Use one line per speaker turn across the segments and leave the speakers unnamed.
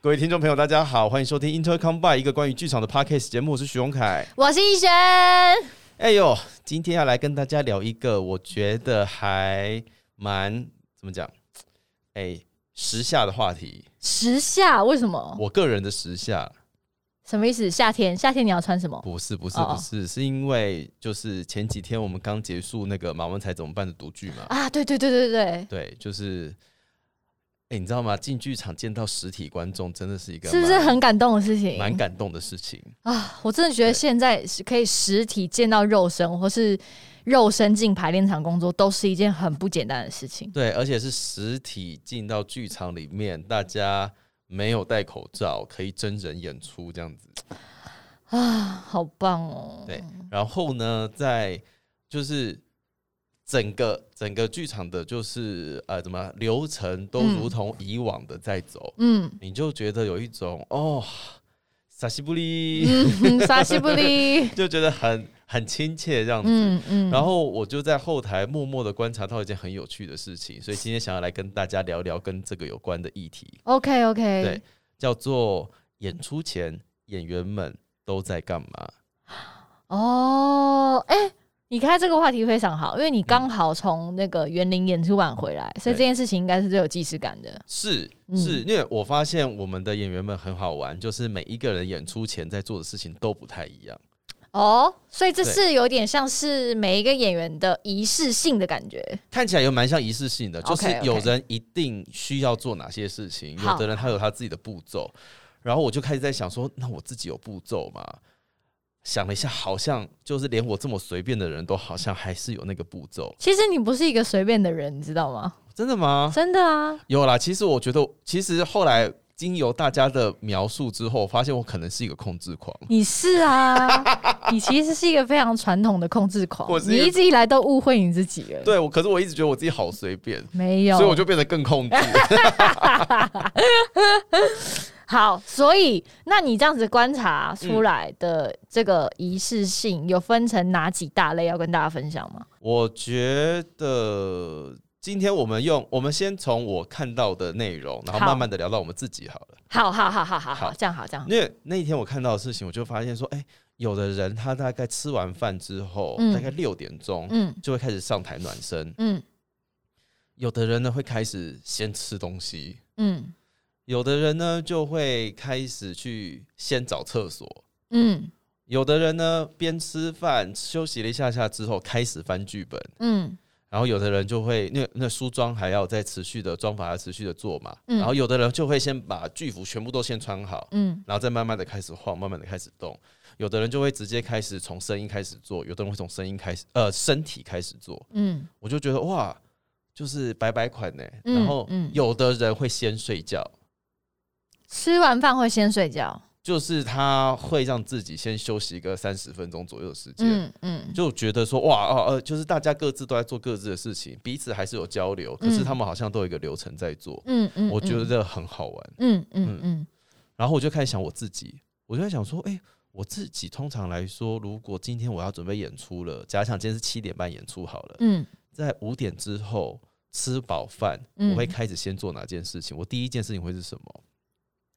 各位听众朋友，大家好，欢迎收听 Intercom by 一个关于剧场的 podcast 节目，我是徐荣凯。
我是医生，
哎呦，今天要来跟大家聊一个，我觉得还蛮怎么讲，哎，时下的话题，
时下为什么？
我个人的时下
什么意思？夏天，夏天你要穿什么？
不是不是
哦
不是，是因为就是前几天我们刚结束那个马文才怎么办的独剧嘛，
啊，对对对对对，
对，就是。哎、你知道吗？进剧场见到实体观众，真的是一个
是不是
蛮
很感动的事情？
蛮感动的事情？
啊！我真的觉得现在是可以实体见到肉身，或是肉身进排练场工作，都是一件很不简单的事情。
对，而且是实体进到剧场里面，大家没有戴口罩，可以真人演出这样子。
啊好棒哦！
对，然后呢，在就是整个整个剧场的，就是呃，怎么流程都如
嗯
同以往的在走，
嗯，
你就觉得有一种哦，撒西布利，
嗯，沙西布利，
就觉得很很亲切这样子。
嗯嗯，
然后我就在后台默默的观察到一件很有趣的事情，所以今天想要来跟大家聊聊跟这个有关的议题。
OK OK，
对，叫做演出前演员们都在干嘛？
哦，哎、你开这个话题非常好，因为你刚好从那个园林演出晚回来，所
嗯
以
对
这件事情应该是最有即视感的。
是
嗯
是，因为我发现我们的演员们很好玩，就是每一个人演出前在做的事情都不太一样。
哦，所以这
对
是有点像是每一个演员的仪式性的感觉。
看起来有蛮像仪式性的，就是
OK，OK
有人一定需要做哪些事情，
好
有的人他有他自己的步骤。然后我就开始在想说，那我自己有步骤吗？想了一下，好像就是连我这么随便的人都好像还是有那个步骤，
其实你不是一个随便的人，你知道吗？
真的吗？
真的啊，
有啦，其实我觉得，其实后来经由大家的描述之后，发现我可能是一个控制狂。
你是啊，你其实是一个非常传统的控制狂
我，是
你
一个
一直以来都误会你自己了。，
对，我可是我一直觉得我自己好随便，
没有，
所以我就变得更 控制。
好，所以那你这样子观察出来的这个仪式性，有分成哪几大类要跟大家分享吗？
我觉得今天我们用，我们先从我看到的内容，然后
好
慢慢的聊到我们自己好了。
好好好好好
好
好，这样好这样好。
因为那一天我看到的事情，我就发现说，哎、有的人他大概吃完饭之后，
嗯
大概六点钟
嗯
就会开始上台暖身；
嗯
有的人呢会开始先吃东西，
嗯
有的人呢就会开始去先找厕所，
嗯
有的人呢边吃饭休息了一下下之后开始翻剧本，
嗯
然后有的人就会那那梳妆还要再持续的妆法还要持续的做嘛，
嗯
然后有的人就会先把剧服全部都先穿好，
嗯
然后再慢慢的开始晃，慢慢的开始动。有的人就会直接开始从声音开始做，有的人会从声音开始，呃，身体开始做。
嗯
我就觉得哇，就是百百款呢、
嗯
然后
嗯
有的人会先睡觉，
吃完饭会先睡觉。
就是他会让自己先休息个三十分钟左右的时间，
嗯嗯
就觉得说哇哦呃，就是大家各自都在做各自的事情，彼此还是有交流，可是他们好像都有一个流程在做，
嗯嗯，
我觉得很好玩。
嗯嗯嗯
然后我就开始想我自己，我就在想说，哎、我自己通常来说，如果今天我要准备演出了，假想今天是七点半演出好了，
嗯
在五点之后吃饱饭，
嗯
我会开始先做哪件事情？我第一件事情会是什么？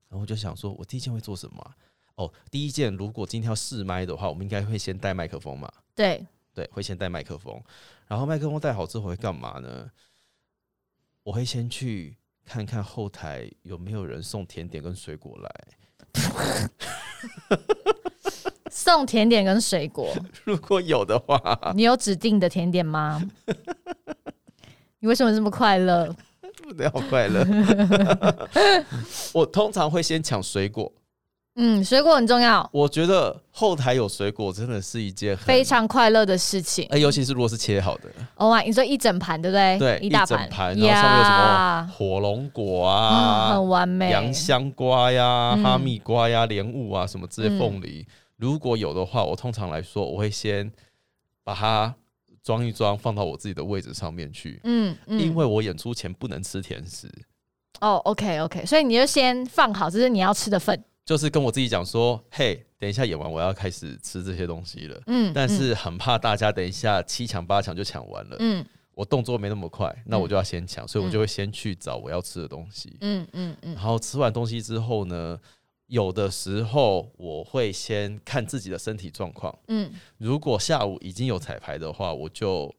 然后我就想说，我第一件会做什么啊、哦，第一件如果今天要试麦的话，我们应该会先带麦克风嘛？
对，
对，会先带麦克风。然后麦克风带好之后我会干嘛呢？我会先去看看后台有没有人送甜点跟水果来。
送甜点跟水果，
如果有的话，
你有指定的甜点吗？你为什么这么快乐？
不得好快乐。 我通常会先抢水果，
嗯，水果很重要，
我觉得后台有水果真的是一件很
非常快乐的事情。
哎、尤其是如果是切好的，
哦哇，你说一整盘对不对？
对，一
哎一大
整
盘，
盘，然后上面有什么
呀
火龙果
啊，
啊、
很完美。
洋香瓜呀、
嗯
哈密瓜呀、莲雾啊什么之类，
嗯
凤梨。如果有的话，我通常来说，我会先把它装一装，放到我自己的位置上面去，
嗯嗯，
因为我演出前不能吃甜食，
哦，OK OK，所以你就先放好，这是你要吃的份。
就是跟我自己讲说，嘿，等一下演完我要开始吃这些东西了。
嗯，
但是很怕大家等一下七抢八抢就抢完了，
嗯，嗯
我动作没那么快，那我就要先抢，所以我
嗯
就会先去找我要吃的东西。
嗯嗯嗯
然后吃完东西之后呢，有的时候我会先看自己的身体状况。
嗯
如果下午已经有彩排的话，我就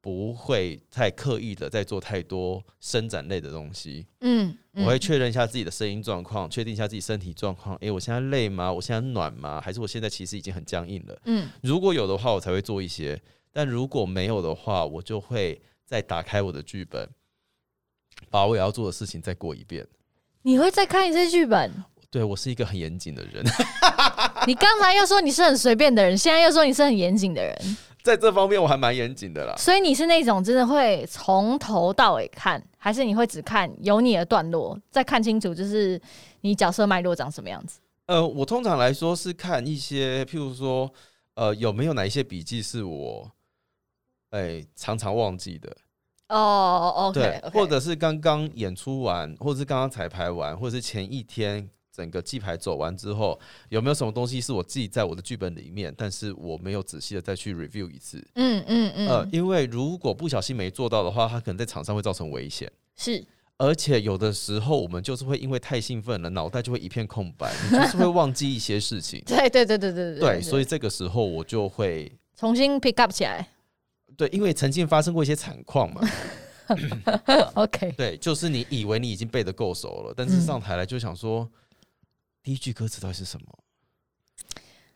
不会太刻意的再做太多伸展类的东西。
嗯，嗯
我会确认一下自己的声音状况，确定一下自己身体状况。诶，我现在累吗？我现在暖吗？还是我现在其实已经很僵硬了？
嗯
如果有的话，我才会做一些；但如果没有的话，我就会再打开我的剧本，把我要做的事情再过一遍。
你会再看一次剧本？
对我是一个很严谨的人，
你刚才又说你是很随便的人，现在又说你是很严谨的人，
在这方面我还蛮严谨的啦。
所以你是那种真的会从头到尾看，还是你会只看有你的段落，再看清楚就是你角色脉络长什么样子？
呃，我通常来说是看一些，譬如说，呃，有没有哪一些笔记是我，哎、常常忘记的，
哦哦
对
，OK，
或者是刚刚演出完，或者是刚刚彩排完，或者是前一天整个记牌走完之后，有没有什么东西是我记在我的剧本里面，但是我没有仔细的再去 review 一次，
嗯嗯嗯，
呃，因为如果不小心没做到的话，它可能在场上会造成危险。
是
而且有的时候，我们就是会因为太兴奋了，脑袋就会一片空白，你就是会忘记一些事情。
对对对对对
对，所以这个时候我就会
重新 pick up 起来
对，因为曾经发生过一些惨况嘛，
，OK，
对，就是你以为你已经背得够熟了，但是上台来就想说，第一句歌词到底是什么？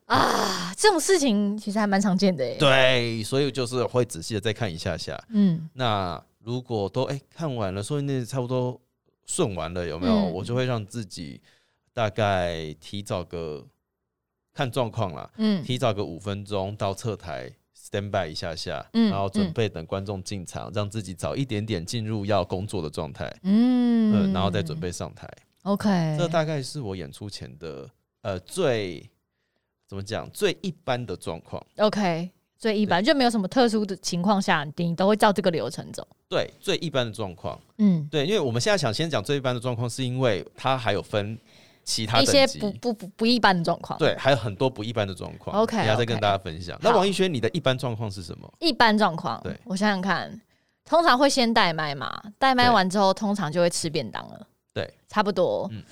啊，这种事情其实还蛮常见的耶。，
对，所以就是会仔细的再看一下下。
嗯
那如果都哎、看完了，说那差不多顺完了，有没有？
嗯
我就会让自己大概提早个看状况啦，
嗯
提早个五分钟到侧台 stand by 一下下，
嗯
然后准备等观众进场，让自己早一点点进入要工作的状态，
嗯、
嗯，然后再准备上台。
OK，
这大概是我演出前的呃最怎么讲最一般的状况，
OK，最一般就没有什么特殊的情况下，你都会照这个流程走。
对，最一般的状况，
嗯，
对，因为我们现在想先讲最一般的状况，是因为它还有分其他
一些
等
不
级。
不不不一般的状况。，
对，还有很多不一般的状况
OK，
等一下再跟
OK
大家分享。那
好
王一轩，你的一般状况是什么？
一般状况。
对
我想想看，通常会先代麦嘛，代麦
对
完之后，通常就会吃便当了。
对，
差不多。
嗯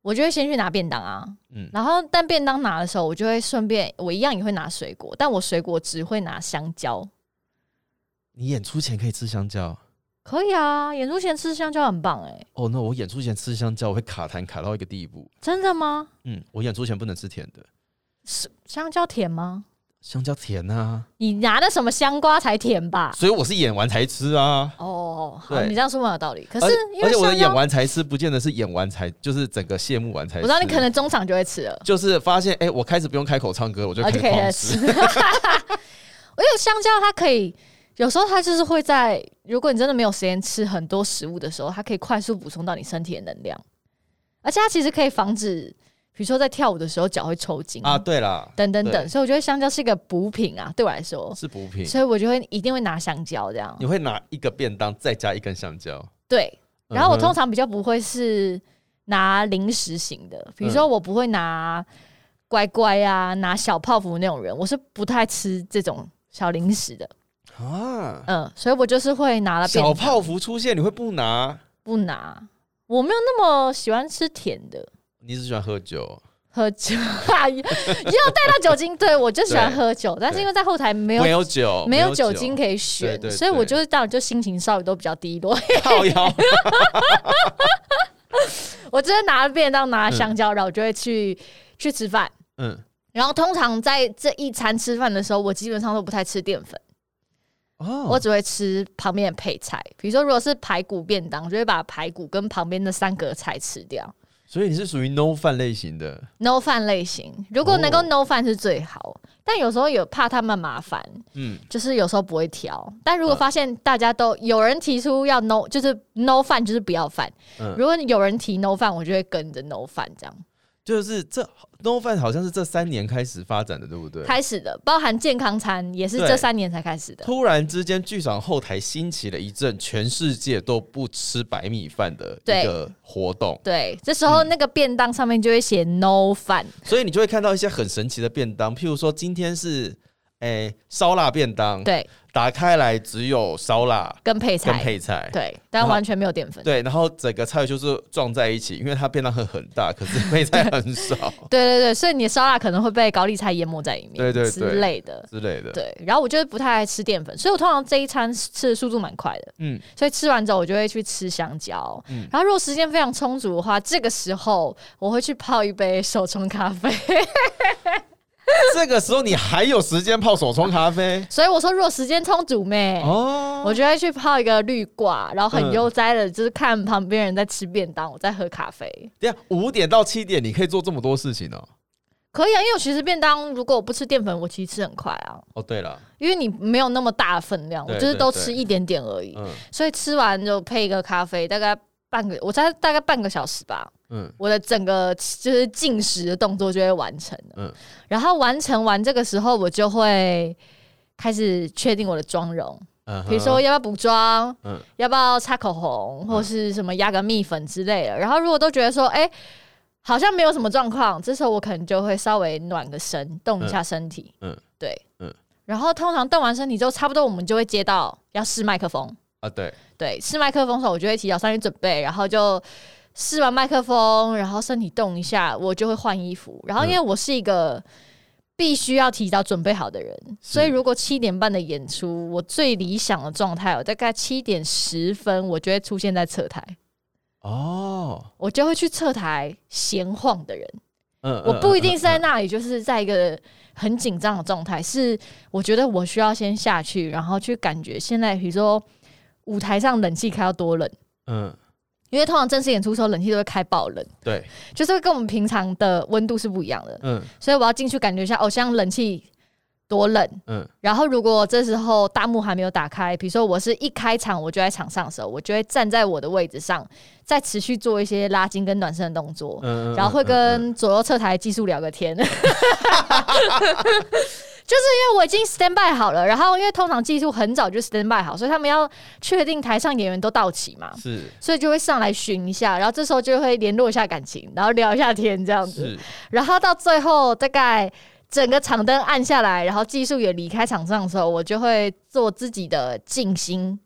我就会先去拿便当啊，
嗯，
然后但便当拿的时候，我就会顺便我一样也会拿水果，但我水果只会拿香蕉。
你演出前可以吃香蕉
可以啊，演出前吃香蕉很棒哎、
哦。那我演出前吃香蕉，我会卡痰卡到一个地步。
真的吗？
嗯，我演出前不能吃甜的，
是香蕉甜吗？
香蕉甜啊，
你拿的什么香瓜才甜吧？
所以我是演完才吃啊。
哦，好，
对
你这样说蛮有道理。可
而
是
且
因
而
为
且我的
香
演
蕉，
完才吃，不见得是演完才，就是整个谢幕完才
我
吃。
知道你可能中场就会吃了，
就是发现，哎、我开始不用开口唱歌，我就
然后
开
哦就
始
可以
狂
来
吃
吃。。我有香蕉，它可以有时候它就是会在，如果你真的没有时间吃很多食物的时候，它可以快速补充到你身体的能量，而且它其实可以防止，比如说在跳舞的时候脚会抽筋
啊，对啦，
等等等，
对
所以我觉得香蕉是一个补品啊，对我来啊说，
是补品。
所以我就会一定会拿香蕉这样
你。会拿一个便当，再加一根香蕉。
对，然后我
嗯哼
通常比较不会是拿零食型的，比如
嗯
说我不会拿乖乖啊、拿小泡芙那种人，我是不太吃这种小零 食的。
啊，
嗯，所以我就是会拿了便
小
当
泡芙出现，你会不拿？
不拿，我没有那么喜欢吃甜的。
你只喜欢喝酒，
喝酒， 哈又带到酒精，对我就喜欢
对
喝酒，但是因为在后台没有
没有酒，
没有酒精，可以选，
对对
所以我
对
就是当然就心情稍微都比较低落。
靠腰。
我直接拿便当拿香蕉，然后我就会去去吃饭。
嗯，
然后通常在这一餐吃饭的时候，我基本上都不太吃淀粉，
哦，
我只会吃旁边的配菜。比如说，如果是排骨便当，就会把排骨跟旁边的三个菜吃掉。
所以你是属于 no 饭类型的。
no 饭类型，如果能够
哦
no 饭是最好，但有时候有怕他们麻烦，
嗯，
就是有时候不会挑，但如果发现大家都有人提出要 no，就是 no 饭就是不要饭。
嗯
如果有人提 no 饭，我就会跟着 no 饭这样
就是这 no 饭好像是这三年开始发展的，对不对？
开始的，包含健康餐也是
对
这三年才开始的。
突然之间，剧场后台兴起了一阵全世界都不吃白米饭的
对
一个活动，
对，这时候那个便当
嗯
上面就会写 no 饭，
所以你就会看到一些很神奇的便当，譬如说今天是哎烧腊便当，
对，
打开来只有烧腊
跟配
跟
菜，
配菜，
对，
然
但
后
完全没有淀粉。
对，然后整个菜就是撞在一起，因为它便当盒很大， 可是配菜很少
对对对，所以你的烧腊可能会被高丽菜淹没在里面，
对对对
之类的。
之类的。
对，然后我就是不太爱吃淀粉，所以我通常这一餐吃的速度蛮快的，
嗯，
所以吃完之后我就会去吃香蕉。
嗯
然后如果时间非常充足的话，这个时候我会去泡一杯手冲咖 啡。
这个时候你还有时间泡手冲咖啡
所以我说，如果时间充足妹，
哦？
我就会去泡一个绿挂，然后很
嗯
悠哉的，就是看旁边人在吃便当，我在喝咖啡。
对呀，五点到七点你可以做这么多事情哦。
可以啊，因为我其实便当如果我不吃淀粉，我其实吃很快啊，
哦，对了，
因为你没有那么大的分量，我
对
就是都
对对
吃一点点而已，
嗯
所以吃完就配一个咖啡，大概半个，我猜大概半个小时吧，
嗯
我的整个就是进食的动作就会完成了。
嗯
然后完成完这个时候，我就会开始确定我的妆容，
嗯，
比如说
嗯
要不要补妆，
嗯
要不要擦口红，或是什么压个蜜粉之类的。然后如果都觉得说，哎、好像没有什么状况，这时候我可能就会稍微暖个身，动一下身体。
嗯嗯
对，
嗯
然后通常动完身体之后，差不多我们就会接到要试麦克风。
啊，对，
对，试麦克风的时候，我就会提早上去准备，然后就试完麦克风，然后身体动一下，我就会换衣服。然后因为我是一个必须要提早准备好的人，所以如果七点半的演出，我最理想的状态，我大概七点十分，我就会出现在侧台。
哦，
我就会去侧台闲晃的人，
嗯，
我不一定是在
嗯
那里，就是在一个很紧张的状态。是我觉得我需要先下去，然后去感觉现在，比如说舞台上冷气开到多冷，
嗯，嗯
因为通常正式演出的时候冷气都会开爆冷，
对，
就是会跟我们平常的温度是不一样的，
嗯
所以我要进去感觉一下，哦，像冷气多冷。
嗯
然后如果这时候大幕还没有打开，比如说我是一开场我就在场上的时候，我就会站在我的位置上，再持续做一些拉筋跟暖身的动作，
嗯，
然后会
嗯
跟左右侧台技术聊个天。 就是因为我已经 stand by 好了，然后因为通常技术很早就 stand by 好，所以他们要确定台上演员都到齐嘛
嗯，是
所以就会上来巡一下，然后这时候就会联络一下感情，然后聊一下天这样子，
是，
然后到最后大概整个场灯暗下来，然后技术也离开场上的时候，我就会做自己的静心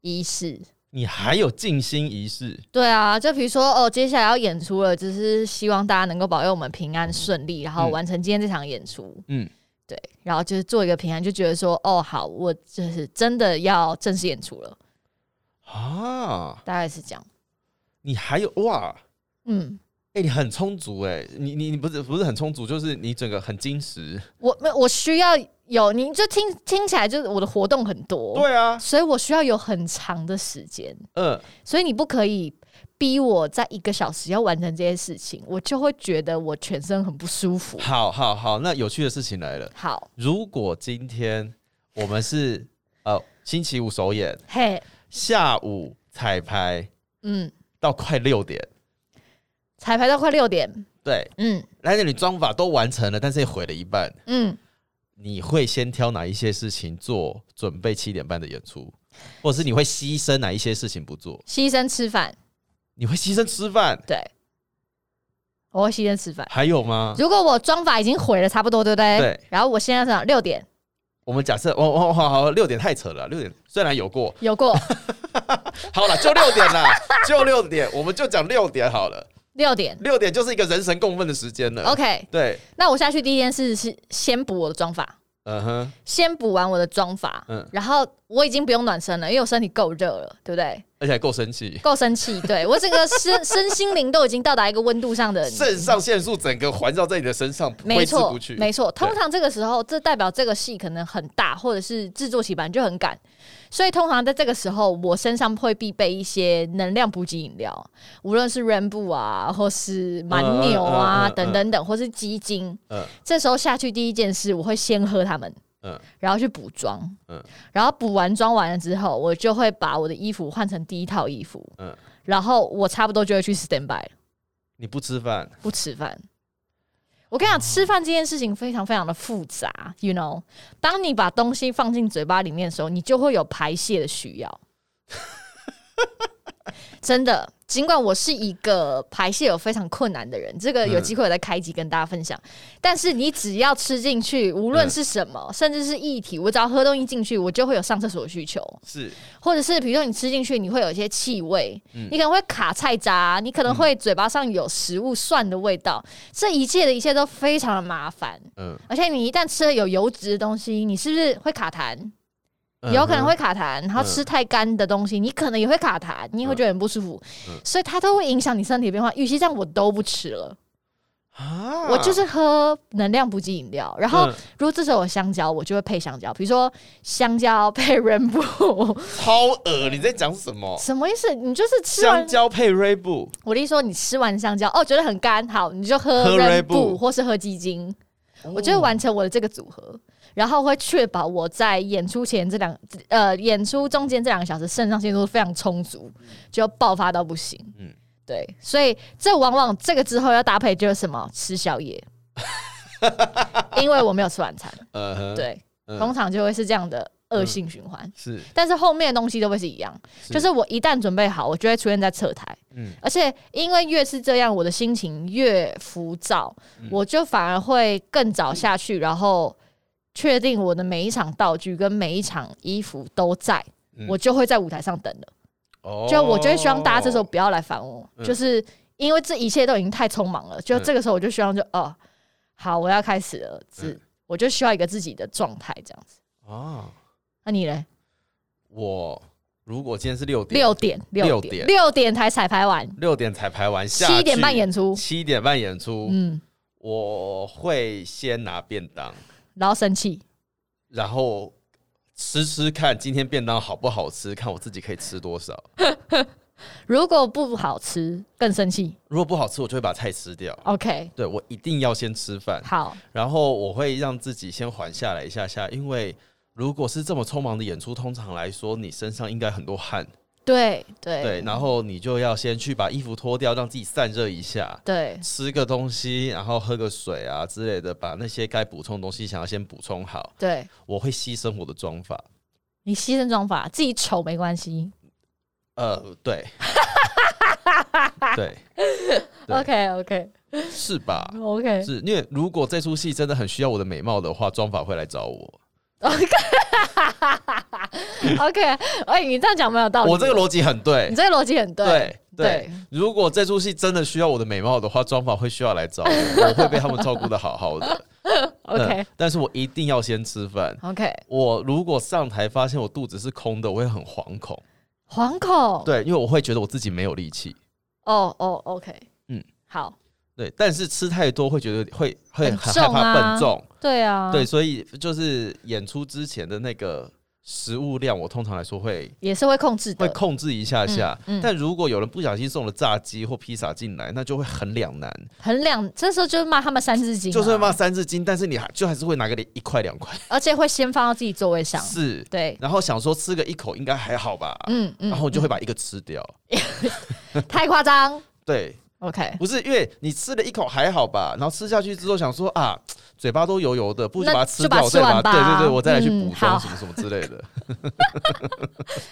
仪式。
你还有静心仪式，
对啊，就比如说哦，接下来要演出了，只是希望大家能够保佑我们平安顺利，然
嗯
后完成今天这场演出。
嗯
对，然后就是做一个平安，就觉得说哦，好，我就是真的要正式演出了，
啊，
大概是这样。
你还有哇。
嗯，
哎、你很充足哎、你你你不是不是很充足，就是你整个很精实。
我没有我需要有，你就听听起来就是我的活动很多，
对啊，
所以我需要有很长的时间，
嗯，
所以你不可以逼我在一个小时要完成这些事情，我就会觉得我全身很不舒服。
好好好，那有趣的事情来了。
好，
如果今天我们是呃星期五首演，
嘿，
下午彩排
嗯，
到快六点，
彩排到快六点，
对，
嗯
来点你妆法都完成了，但是也毁了一半。
嗯，
你会先挑哪一些事情做准备七点半的演出，或者是你会牺牲哪一些事情不做？
牺牲吃饭，
你会牺牲吃饭？
对，我会牺牲吃饭。
还有吗？
如果我妆法已经毁了差不多，对不对？
对。
然后我现在想六点
我们假设，哦哦好好，六点太扯了，六点虽然有过，
有过
好了，就六点 啦，就六点，我们就讲六点好了，
六点
六点就是一个人神共愤的时间了。
，OK。
对，
那我下去第一件事是先补我的妆法，
嗯哼，
先补完我的妆法，
嗯
然后我已经不用暖身了，因为我身体够热了，对不对？
而且还够生气，
够生气，对我整个身 身心灵都已经到达一个温度 上的。
肾上腺素整个环绕在你的身上
没
挥之
错
不去，。
没错。通常这个时候，这代表这个戏可能很大，或者是制作期本来就很赶，所以通常在这个时候，我身上会必备一些能量补给饮料，无论是 Rainbow 啊，或是蛮牛啊，
嗯嗯嗯嗯
等等等，或是鸡精。
嗯
这时候下去第一件事，我会先喝它们，
嗯
然后去补妆，
嗯
然后补完妆完了之后，我就会把我的衣服换成第一套衣服，
嗯，
然后我差不多就会去 stand by 了。
你不吃饭，
不吃饭。我跟你讲，吃饭这件事情非常非常的复杂，you know。当你把东西放进嘴巴里面的时候，你就会有排泄的需要。真的，尽管我是一个排泄有非常困难的人，这个有
嗯
机会我再开一集跟大家分享。但是你只要吃进去，无论是什么，甚至是液体，我只要喝东西进去，我就会有上厕所的需求，
是
或者是比如说你吃进去，你会有一些气味，
嗯
你可能会卡菜渣，你可能会嘴巴上有食物蒜的味道，这一切的一切都非常的麻烦。
嗯，
而且你一旦吃了有油脂的东西，你是不是会卡痰？
嗯
有可能会卡痰，然后吃太干的东西，你可能也会卡痰，你也会觉得很不舒服，
嗯
所以它都会影响你身体变化。与其这样，我都不吃了，
啊，
我就是喝能量补给饮料。然后，
嗯
如果这时候有香蕉，我就会配香蕉，比如说香蕉配 Rainbow，
超恶，你在讲什么？
什么意思？你就是吃完
香蕉配锐步，
我的意思说，你吃完香蕉，哦，觉得很干，好，你就喝
喝
Red
Red
Bull
Bull 哦
或是喝鸡精，我就会完成我的这个组合，然后会确保我在演出前这两呃演出中间这两个小时肾上腺素非常充足，就爆发到不行。嗯
嗯，
对，所以这往往这个之后要搭配就是什么吃宵 夜，因为我没有吃晚餐，
呃哼，
对，
嗯
通常就会是这样的恶性循环。
是
但是后面的东西都会是一样，就是我一旦准备好，我就会出现在侧台。
嗯
而且因为越是这样，我的心情越浮躁，
嗯
我就反而会更早下去，然后确定我的每一场道具跟每一场衣服都在，
嗯
我就会在舞台上等了。
哦
就我就会希望大家这时候不要来烦我，
嗯
就是因为这一切都已经太匆忙了。就
嗯
这个时候，我就希望就哦，好，我要开始了，只、
嗯
我就需要一个自己的状态这样子。
啊，
那、你嘞？
我如果今天是六点，
六点，六
六
点，
点
六点才彩排完，
六点彩排完，下
七点
去
半演出。
七点半演出，
嗯，
我会先拿便当，
然后生气。
然后吃吃看今天便当好不好吃，看我自己可以吃多少。
如果不好吃，更生气。
如果不好吃，我就会把菜吃掉。
OK，
对我一定要先吃饭，
好，
然后我会让自己先缓下来一下下，因为如果是这么匆忙的演出，通常来说你身上应该很多汗，
对对
对，然后你就要先去把衣服脱掉，让自己散热一下，
对
吃个东西，然后喝个水啊之类的，把那些该补充的东西想要先补充好。
对
我会牺牲我的妆法，
你牺牲妆法，自己丑没关系。
呃， 对，对，对
OK OK
是吧？
OK
是因为如果这出戏真的很需要我的美貌的话，妆法会来找我。
OK，哎、你这样讲没有道理。
我这个逻辑很对
你，这个逻辑很对。
对
对
对，如果这出戏真的需要我的美貌的话，妆法会需要来找我，我会被他们照顾的好好的。
OK、
嗯但是我一定要先吃饭。
OK，
我如果上台发现我肚子是空的，我会很惶恐，
惶恐。
对，因为我会觉得我自己没有力气，
哦哦 OK，嗯
嗯，
好，
对。但是吃太多会觉得会会
很
很
重
害怕
啊
笨重，
对啊，
对，，所以就是演出之前的那个食物量，我通常来说会
也是会控制
会
的。
控制一下下。
嗯嗯
但如果有人不小心送了炸鸡或披萨进来，那就会很两难，
很两，这时候就骂他们三字经、啊
就算骂，三字经，但是你还就还是会拿个一块两块，
而且会先放到自己座位上。
是，啊
对，
然后想说吃个一口应该还好吧，
嗯嗯，
然后就会把一个吃掉。
太夸张。
对，
OK，
不是因为你吃了一口还好吧，然后吃下去之后想说啊，嘴巴都油油的，不如
那
就把它
就
吃
把它
掉，
吃
再把
完吧
它对对对，我再来去
嗯
补
好
充什么什么之类的。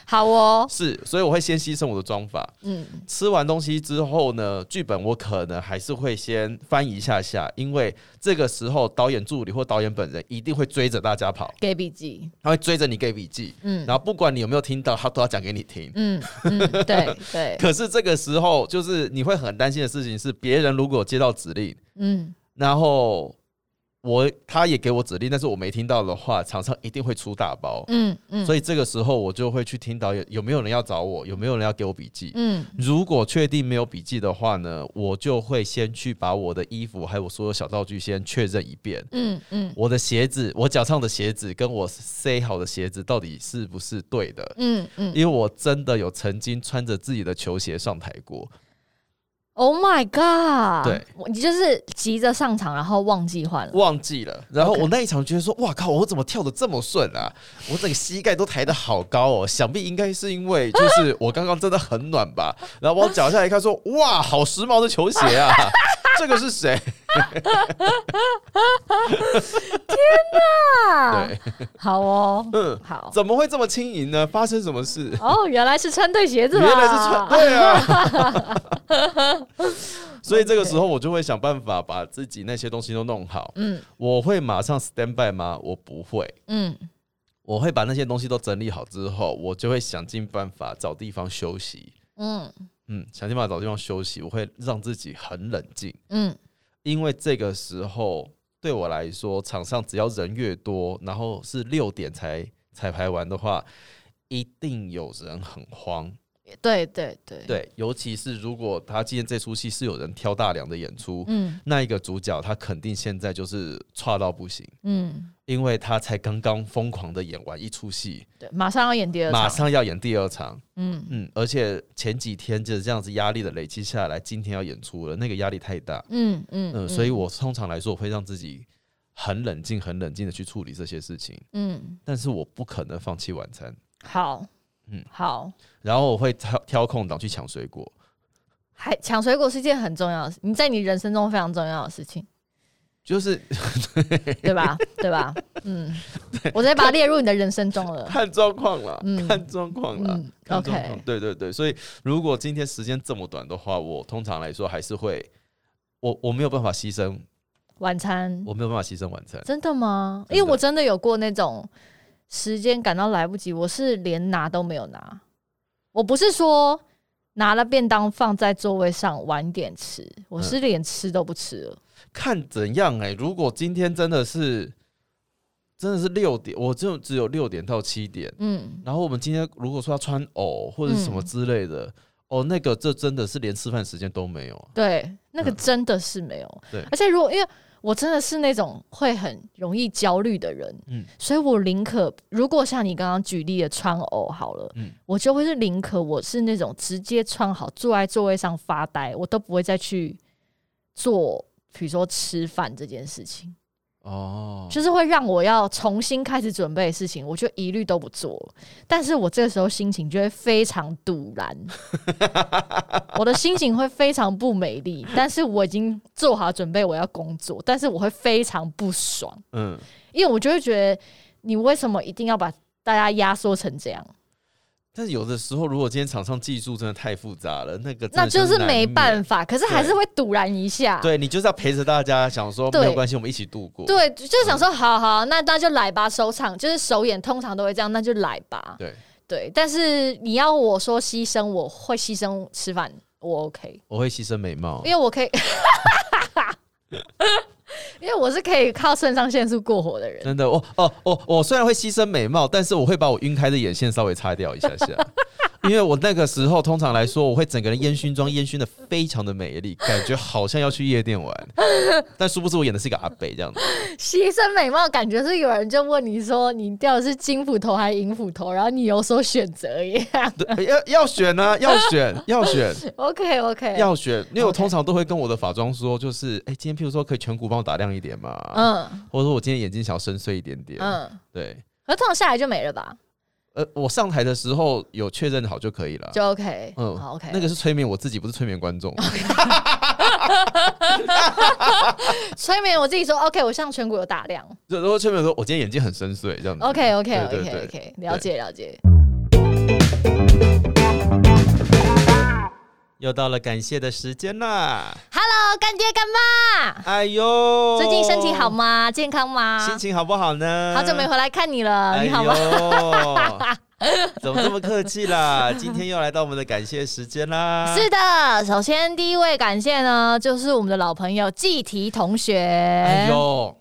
好哦，
是，所以我会先牺牲我的妆法，
嗯，
吃完东西之后呢，剧本我可能还是会先翻一下下，因为这个时候导演助理或导演本人一定会追着大家跑，
给笔记。
他会追着你给笔记，
嗯
然后不管你有没有听到，他都要讲给你听。
嗯，嗯，对对，
可是这个时候，就是你会很担心的事情是，别人如果有接到指令，
嗯，
然后我他也给我指令，但是我没听到的话，厂商一定会出大包。
嗯嗯，
所
以
以这个时候，我就会去听导演有没有人要找我，有没有人要给我笔记。
嗯
如果确定没有笔记的话呢，我就会先去把我的衣服还有我所有小道具先确认一遍。
嗯嗯
我的鞋子，我脚上的鞋子跟我塞好的鞋子到底是不是对的？
嗯嗯
因为我真的有曾经穿着自己的球鞋上台过，
，Oh my god！
对
我，你就是急着上场，然后忘记换了。
忘记了。然后
嗯 OK
我那一场觉得说，哇靠，我怎么跳的这么顺啊？我整个膝盖都抬得好高哦，想必应该是因为就是我刚刚真的很暖吧。然后我脚下一看说，哇，好时髦的球鞋啊！ 这个是谁？
啊
对，
好哦，
嗯，
好
怎么会这么轻盈呢？发生什么事？
哦，原来是穿对鞋子
原来
啦，
是穿对啊， 所以这个时候我就会想办法把自己那些东西都弄好。
嗯
我会马上 stand by 吗？我不会，
嗯
我会把那些东西都整理好之后，我就会想尽办法找地方休息。
嗯
嗯，想尽办法找地方休息，我会让自己很冷静，
嗯
因为这个时候对我来说，场上只要人越多，然后是六点才彩排完的话，一定有人很慌。
对对对，
对，尤其是如果他今天这出戏是有人挑大梁的演出，
嗯
那一个主角他肯定现在就是差到不行，
嗯，
因为他才刚刚疯狂的演完一出戏，
对，马上要演第二场，
马上要演第二场，
嗯
嗯，而且前几天就是这样子压力的累积下来，今天要演出了，那个压力太大，
嗯嗯
嗯，所以我通常来说我会让自己很冷静、很冷静的去处理这些事情，
嗯
但是我不可能放弃晚餐，
好，
嗯
嗯好，
然后我会挑挑空档去抢水果，
还抢水果是一件很重要的事，你在你人生中非常重要的事情，
就是
嗯对吧？对吧？嗯，我直接把它列入你的人生中了。
看状况啦，
嗯
看状况啦，
嗯
看状况。
OK
对对对，所以如果今天时间这么短的话，我通常来说还是会，我我没有办法牺牲，
晚餐
我没有办法牺牲晚餐。
真的吗？
真的
因为我真的有过那种时间赶到来不及，我是连拿都没有拿。我不是说拿了便当放在座位上晚点吃，我
嗯
是连吃都不吃了。
看怎样哎、如果今天真的是真的是六点，我就只有六点到七点，
嗯
然后我们今天如果说要穿藕或者是什么
嗯
之类的。哦，那个这真的是连吃饭时间都没有啊，
对，那个
嗯
真的是没有。
对
而且如果因为我真的是那种会很容易焦虑的人，
嗯
所以我宁可如果像你刚刚举例的穿偶好了，
嗯
我就会是宁可我是那种直接穿好坐在座位上发呆，我都不会再去做，比如说吃饭这件事情，
哦，
就是会让我要重新开始准备的事情，我就一律都不做了。但是我这个时候心情就会非常堵然， 我的心情会非常不美丽。但是我已经做好准备，我要工作，但是我会非常不爽。
嗯，
因为我就会觉得，你为什么一定要把大家压缩成这样？
但是有的时候，如果今天场上技术真的太复杂了，那个真
那
的
就是
难
没
免
办法，可是还
对
是会堵然一下。
对你就是要陪着大家，想说
对
没有关系，我们一起度过。
对，啊就就想说，好好，那那就来吧，首场就是首演，通常都会这样，那就来吧。
对
对，但是你要我说牺牲，我会牺牲吃饭，我 OK，
我会牺牲美貌
因。为我可以，因为我是可以靠肾上腺素过活的人。
真的，我哦哦，我虽然会牺牲美貌，但是我会把我晕开的眼线稍微擦掉一下下， 因为我那个时候通常来说，我会整个人烟熏妆烟熏的非常的美丽，感觉好像要去夜店 玩，但殊不知我演的是一个阿北这样子。
牺牲美貌，感觉是有人就问你说，你掉的是金斧头还是银斧头，然后你有所选择耶。
对，要要选啊，要选，要 选，
OK OK，
要选，因为我
哎 OK
通常都会跟我的法妆说，就是哎、今天譬如说可以颧骨帮我打亮一点嘛，
嗯
或者说我今天眼睛想要深邃一点点，
嗯，
对。
合同下来就没了吧？
呃，我上台的时候有确认好就可以了。
就 OK，
嗯
好 OK，
那个是催眠我自己，不是催眠观众。
催眠我自己说 OK，我向颧骨有打量
就如果催眠说，我今天眼睛很深邃这样子。
，OK OK
嗯对对对
OK OK，了解了解，
又到了感谢的时间啦！
Hello，干爹干妈，
哎呦，
啊最近身体好？吗？健康吗？
心情好不好呢？
好久没回来看你了，
哎
你好吗？
呦，怎么这么客气啦？今天又来到我们的感谢时间啦。
是的，首先第一位感谢呢，就是我们的老朋友季提同学。
哎呦，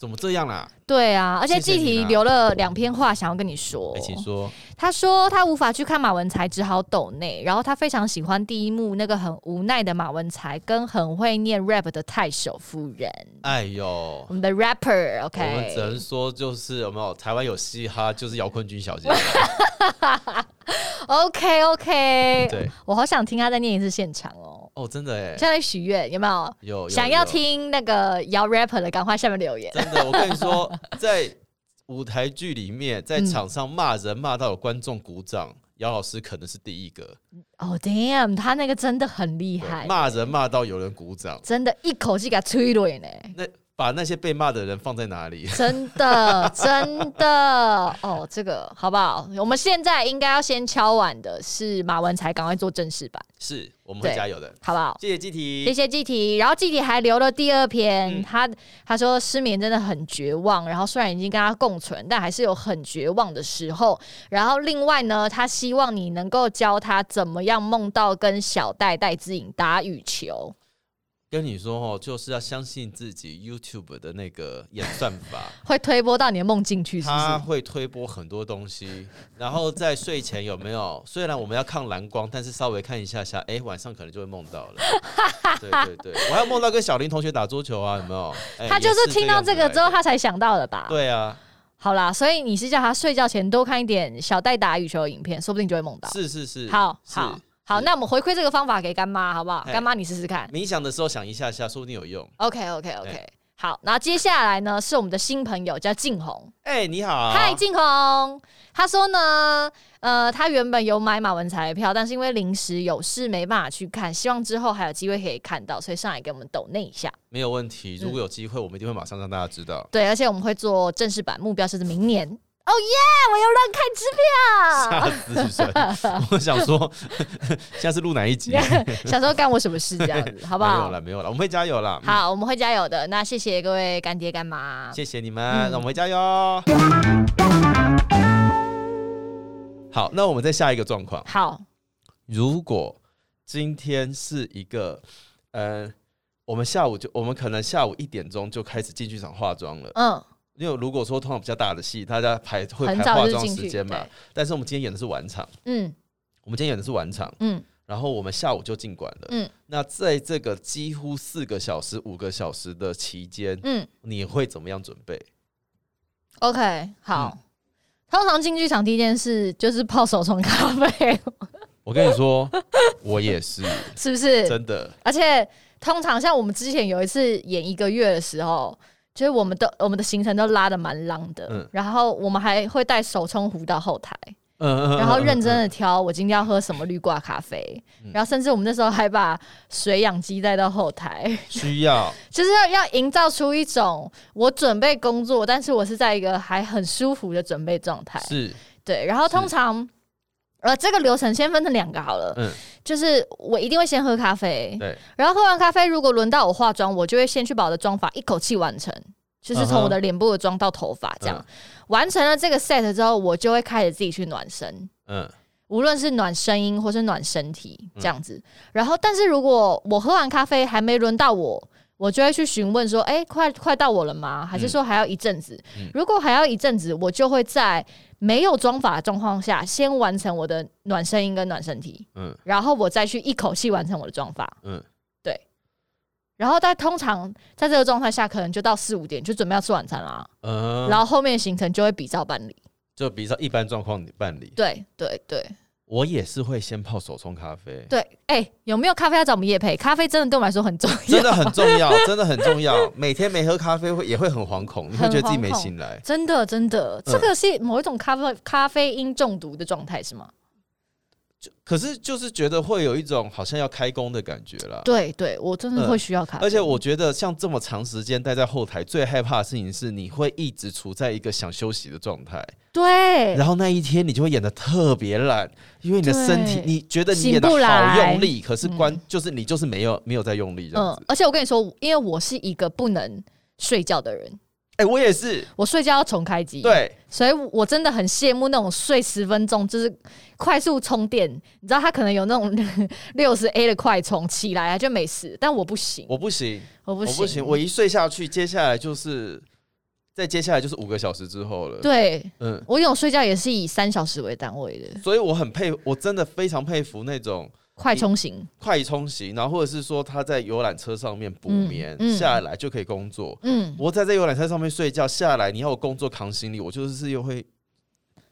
怎么这样啦？
对啊，而且
谢谢
季
你
提
啦
留了两篇话想要跟你说
哎，。请说。
他说他无法去看马文才，只好抖内。然后他非常喜欢第一幕那个很无奈的马文才，跟很会念 rap 的太守夫人，
哎呦
我。们的 rapper。
我们
OK，
只能说，就是有没有台湾有嘻哈，就是姚坤君 小姐。
OK OK，
对，
我好想听他再念一次现场哦。
哦，真的哎，
现在许愿有没有？
有有
想要
有
听那个摇 rapper 的，赶快下面留言。
真的，我跟你说，在舞台剧里面，
嗯
在场上骂人骂到有观众鼓掌，姚老师可能是第一个
哦、damn，他那个真的很厉
对
害，
骂人骂到有人鼓掌，
真的，一口气给他吹落呢。
那把那些被骂的人放在哪里？
真的，真的哦，这个好不好？我们现在应该要先敲碗的是马文才，赶快做正式版，
是，我们会
对
加油的。
好不好？
谢谢季提，
谢谢季题，然后季题还留了第二
嗯
篇，他他说失眠真的很绝望，然后虽然已经跟他共存，但还是有很绝望的时候。然后另外呢，他希望你能够教他怎么样梦到跟小戴戴之颖打羽球。
跟你说哦，就是要相信自己 YouTube 的那个演算法，
会推波到你的梦境去，是不
它
是？
会推播很多东西。 然后在睡前有没有？虽然我们要抗蓝光，但是稍微看一下下，哎、晚上可能就会梦到 了。对对对，我还有梦到跟小林同学打桌球啊，有没有？哎
他就
也
是听到这个之后，
样子来
他才想到的吧？
的对啊，
好啦，所以你是叫他睡觉前多看一点小戴打羽球的影片，说不定就会梦到。
是是是，
好
是
好好，那我们回馈这个方法给干妈，好不好？
嘿
干妈，你试试看。
冥想的时候想一下下，说不定有用。
OK OK OK
哎。
好，然后接下来呢是我们的新朋友叫静红，
哎、你好，
嗨，静红，他说呢，呃，他原本有买马文才的票，但是因为临时有事没办法去看，希望之后还有机会可以看到，所以上来给我们抖那一下。
没有问题。
嗯
如果有机会，我们一定会马上让大家知道。
对，而且我们会做正式版，目标是明年。哦耶！我又乱开支票，
吓死人！ 我想说， 现在是录哪一 集？
小时候干我什么事这样子，好不
没有
好？
了，没有了，我们会加油啦。嗯，
好，我们会加油的。那谢谢各位干爹干妈。
谢谢你们，
嗯
那我们会加油。嗯好，那我们再下一个状况，
好，
如果今天是一个，呃，我们下午就我们可能下午一点钟就开始进剧场化妆了，
嗯，
因为如果说通常比较大的戏，大家排会
很
排
早
化
就
妆
进
时
去，
间嘛
对，
但是我们今天演的是晚场，
嗯
我们今天演的是晚场。
嗯，
然后我们下午就进馆了。
嗯，
那在这个几乎四个小时、五个小时的期间，
嗯
你会怎么样准备？
，OK，好。
嗯
通常进剧场第一件事就是泡手冲咖啡，
我跟你说，我也是，
是不是？
真的。
而且通常像我们之前有一次演一个月的时候，就是我们的我们的行程都拉的蛮浪的，
嗯
然后我们还会带手冲壶到后台，
嗯嗯
然后认真的挑我今天要喝什么绿挂咖啡，
嗯
然后甚至我们那时候还把水养鸡带到后台，
需要，
就是要要营造出一种我准备工作，但是我是在一个还很舒服的准备状态。
是
对，然后通常呃这个流程先分成两个好了，
嗯
就是我一定会先喝咖啡，
对，
然后喝完咖啡，如果轮到我化妆，我就会先去把我的妆法一口气完成。就是从我的脸部的妆到头发这样
嗯
完成了这个 set 之后，我就会开始自己去暖身。
嗯
无论是暖声音或是暖身体这样子。然后，但是如果我喝完咖啡还没轮到我，我就会去询问说：“哎、快快到我了吗？还是说还要一阵子？”
嗯
如果还要一阵子，我就会在没有妆法的状况下，先完成我的暖声音跟暖身体，
嗯
然后我再去一口气完成我的妆法。
嗯，
然后，但通常在这个状态下，可能就到四五点就准备要吃晚餐啦，
嗯，
然后后面的行程就会比照办理。
就比较一般状况办理。
对对对
我也是会先泡手冲咖啡，
对，哎、有没有咖啡要找我们叶配？咖啡真的对我们来说很重要，
真的很重要， 真的很重要。每天没喝咖啡会也会很惶恐，你会觉得自己没醒来。
真的，真的，这个是某一种咖啡、咖啡因中毒的状态是吗？
可是就是觉得会有一种好像要开工的感觉啦。
对，啊对，我真的会需要咖啡。
而且我觉得，像这么长时间待在后台，最害怕的事情是你会一直处在一个想休息的状态，
对
然后那一天你就会演的特别烂，因为你的身体
对，
你觉得你演的
醒不
好
来
用力，可是关、就是你就是没有没有在用力这样
嗯
子。，
而且我跟你说，因为我是一个不能睡觉的人，
哎、我也是，
我睡觉要重开机，，
对，
所以我真的很羡慕那种睡十分钟就是快速充电，你知道他可能有那种 六十 A 的快充起来就没事，但我不行，
我不行，
我不
我
行，
不行，我一睡下去，接下来就是再接下来就是五个小时之后了。，
对
嗯，
我有睡觉也是以三小时为单位的
所以我很佩，我真的非常佩服那种。
快充型，
快冲洗，然后或者是说他在游览车上面补
嗯
眠、
嗯
下来就可以工作，
嗯，
我在这游览车上面睡觉，下来你要我工作扛行李，我就是又会，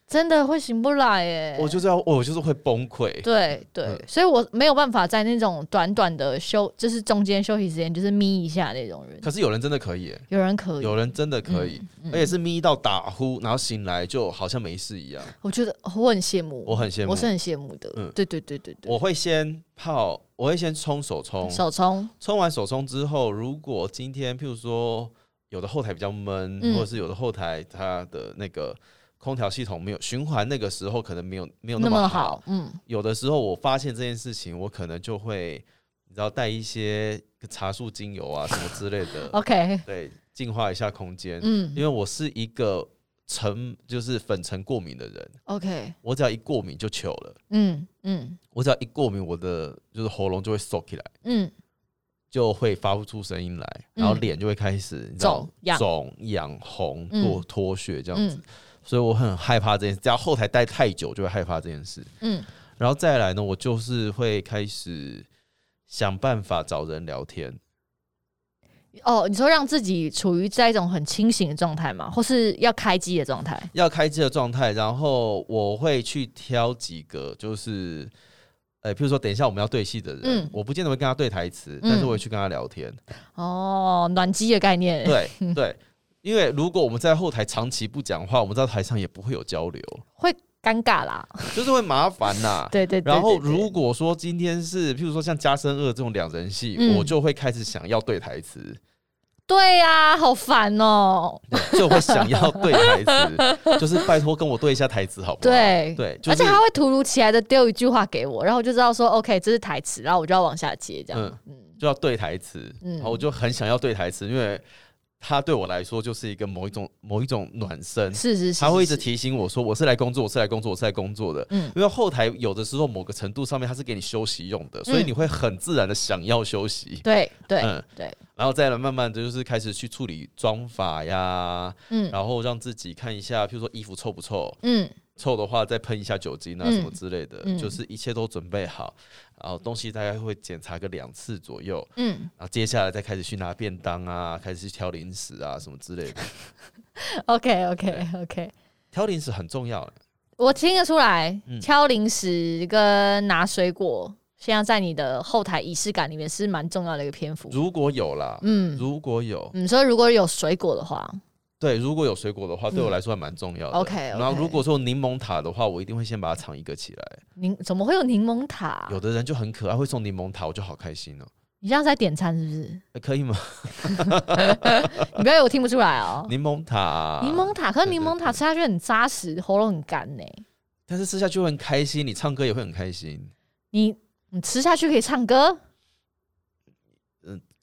真的会醒不来耶，
我就是要，我就是会崩溃。
对对，
嗯
所以我没有办法在那种短短的休，就是中间休息时间，就是眯一下那种人。
可是有人真的可以耶、
有人可以，嗯
有人真的可以，而且是眯到打呼，然后醒来就好像没事一样。
我觉得我很羡慕，
我很羡慕
我是很羡慕的。
嗯
对对对对对，
我会先泡，我会先冲手冲，
手冲，
冲完手冲之后，如果今天譬如说有的后台比较闷，
嗯
或者是有的后台它的那个空调系统没有循环，那个时候可能没有没有
那
么
么好，嗯，
有的时候我发现这件事情，我可能就会你知道带一些茶树精油啊什么之类 的，
OK，
对，净化一下空间。因
嗯
为我是一个尘就是粉尘过敏的人，
，OK，
我只要一过敏就糗了，
嗯嗯
我只要一过敏，我的就是喉咙就会缩起来。
嗯，
就会发不出声音来，
嗯
然后脸就会开始你知道
肿痒
肿痒红、
嗯
脱脱屑这样子，
嗯
所以我很害怕这件事。只要后台待太久，就会害怕这件事。
嗯
然后再来呢，我就是会开始想办法找人聊天。
哦，你说让自己处于在一种很清醒的状态嘛，或是要开机的状态？
要开机的状态，然后我会去挑几个，就是，呃，譬如说，等一下我们要对戏的人，
嗯
我不见得会跟他对台词，但是我会去跟他聊天。
哦，暖机的概念，
对对，因为如果我们在后台长期不讲话，我们在台上也不会有交 流。
会尴尬啦。
就是会麻烦呐、
对对对
然后
对对
如果说今天是，譬如说像《加深二》这种两人戏，
嗯
我就会开始想要对台词，
对呀、好烦哦、
对就会想要对台 词，就是拜托跟我对一下台词好不好？
对。
对，就
而
是
且他会突如其来的丢一句话给我，然后我就知道说 OK，这是台词，然后我就要往下接这样。
嗯，就要对台词，
嗯
然后我就很想要对台词，因为他对我来说就是一个某一种某一种暖身，
是是是
他会一直
是是
提醒我说我是来工作，我是来工作，我是来工作的。
嗯
因为后台有的时候某个程度上面它是给你休息用的，所以
嗯
你会很自然的想要休息。
对对、
嗯
对，
然后再来慢慢的就是开始去处理妆法呀，
嗯
然后让自己看一下，譬如说衣服臭不臭，
嗯
臭的话再喷一下酒精啊
嗯
什么之类的，
嗯
就是一切都准备好，然后东西大概会检查个两次左右，
嗯
然后接下来再开始去拿便当啊，开始去挑零食啊什么之类的，
，OK OK OK，
挑零食很重要，
我听得出来，
嗯
挑零食跟拿水果，现在在你的后台仪式感里面是蛮重要的一个篇幅。
如果有啦，
嗯
如果有，
嗯，所以如果有水果的话，
对，如果有水果的话，对我来说还蛮重要的。
嗯 OK，OK
然后如果说柠檬塔的话，我一定会先把它藏一个起来。
柠怎么会有柠檬塔？
有的人就很可爱，会送柠檬塔，我就好开心哦、
你这样是在点餐是不是？
呃可以吗？
你不要以为我听不出来哦。
柠檬塔，
柠檬塔，可
对
是
对
柠檬塔
对
吃下去很扎实，喉咙很干呢、
但是吃下去会很开心，你唱歌也会很开心。
你你吃下去可以唱歌，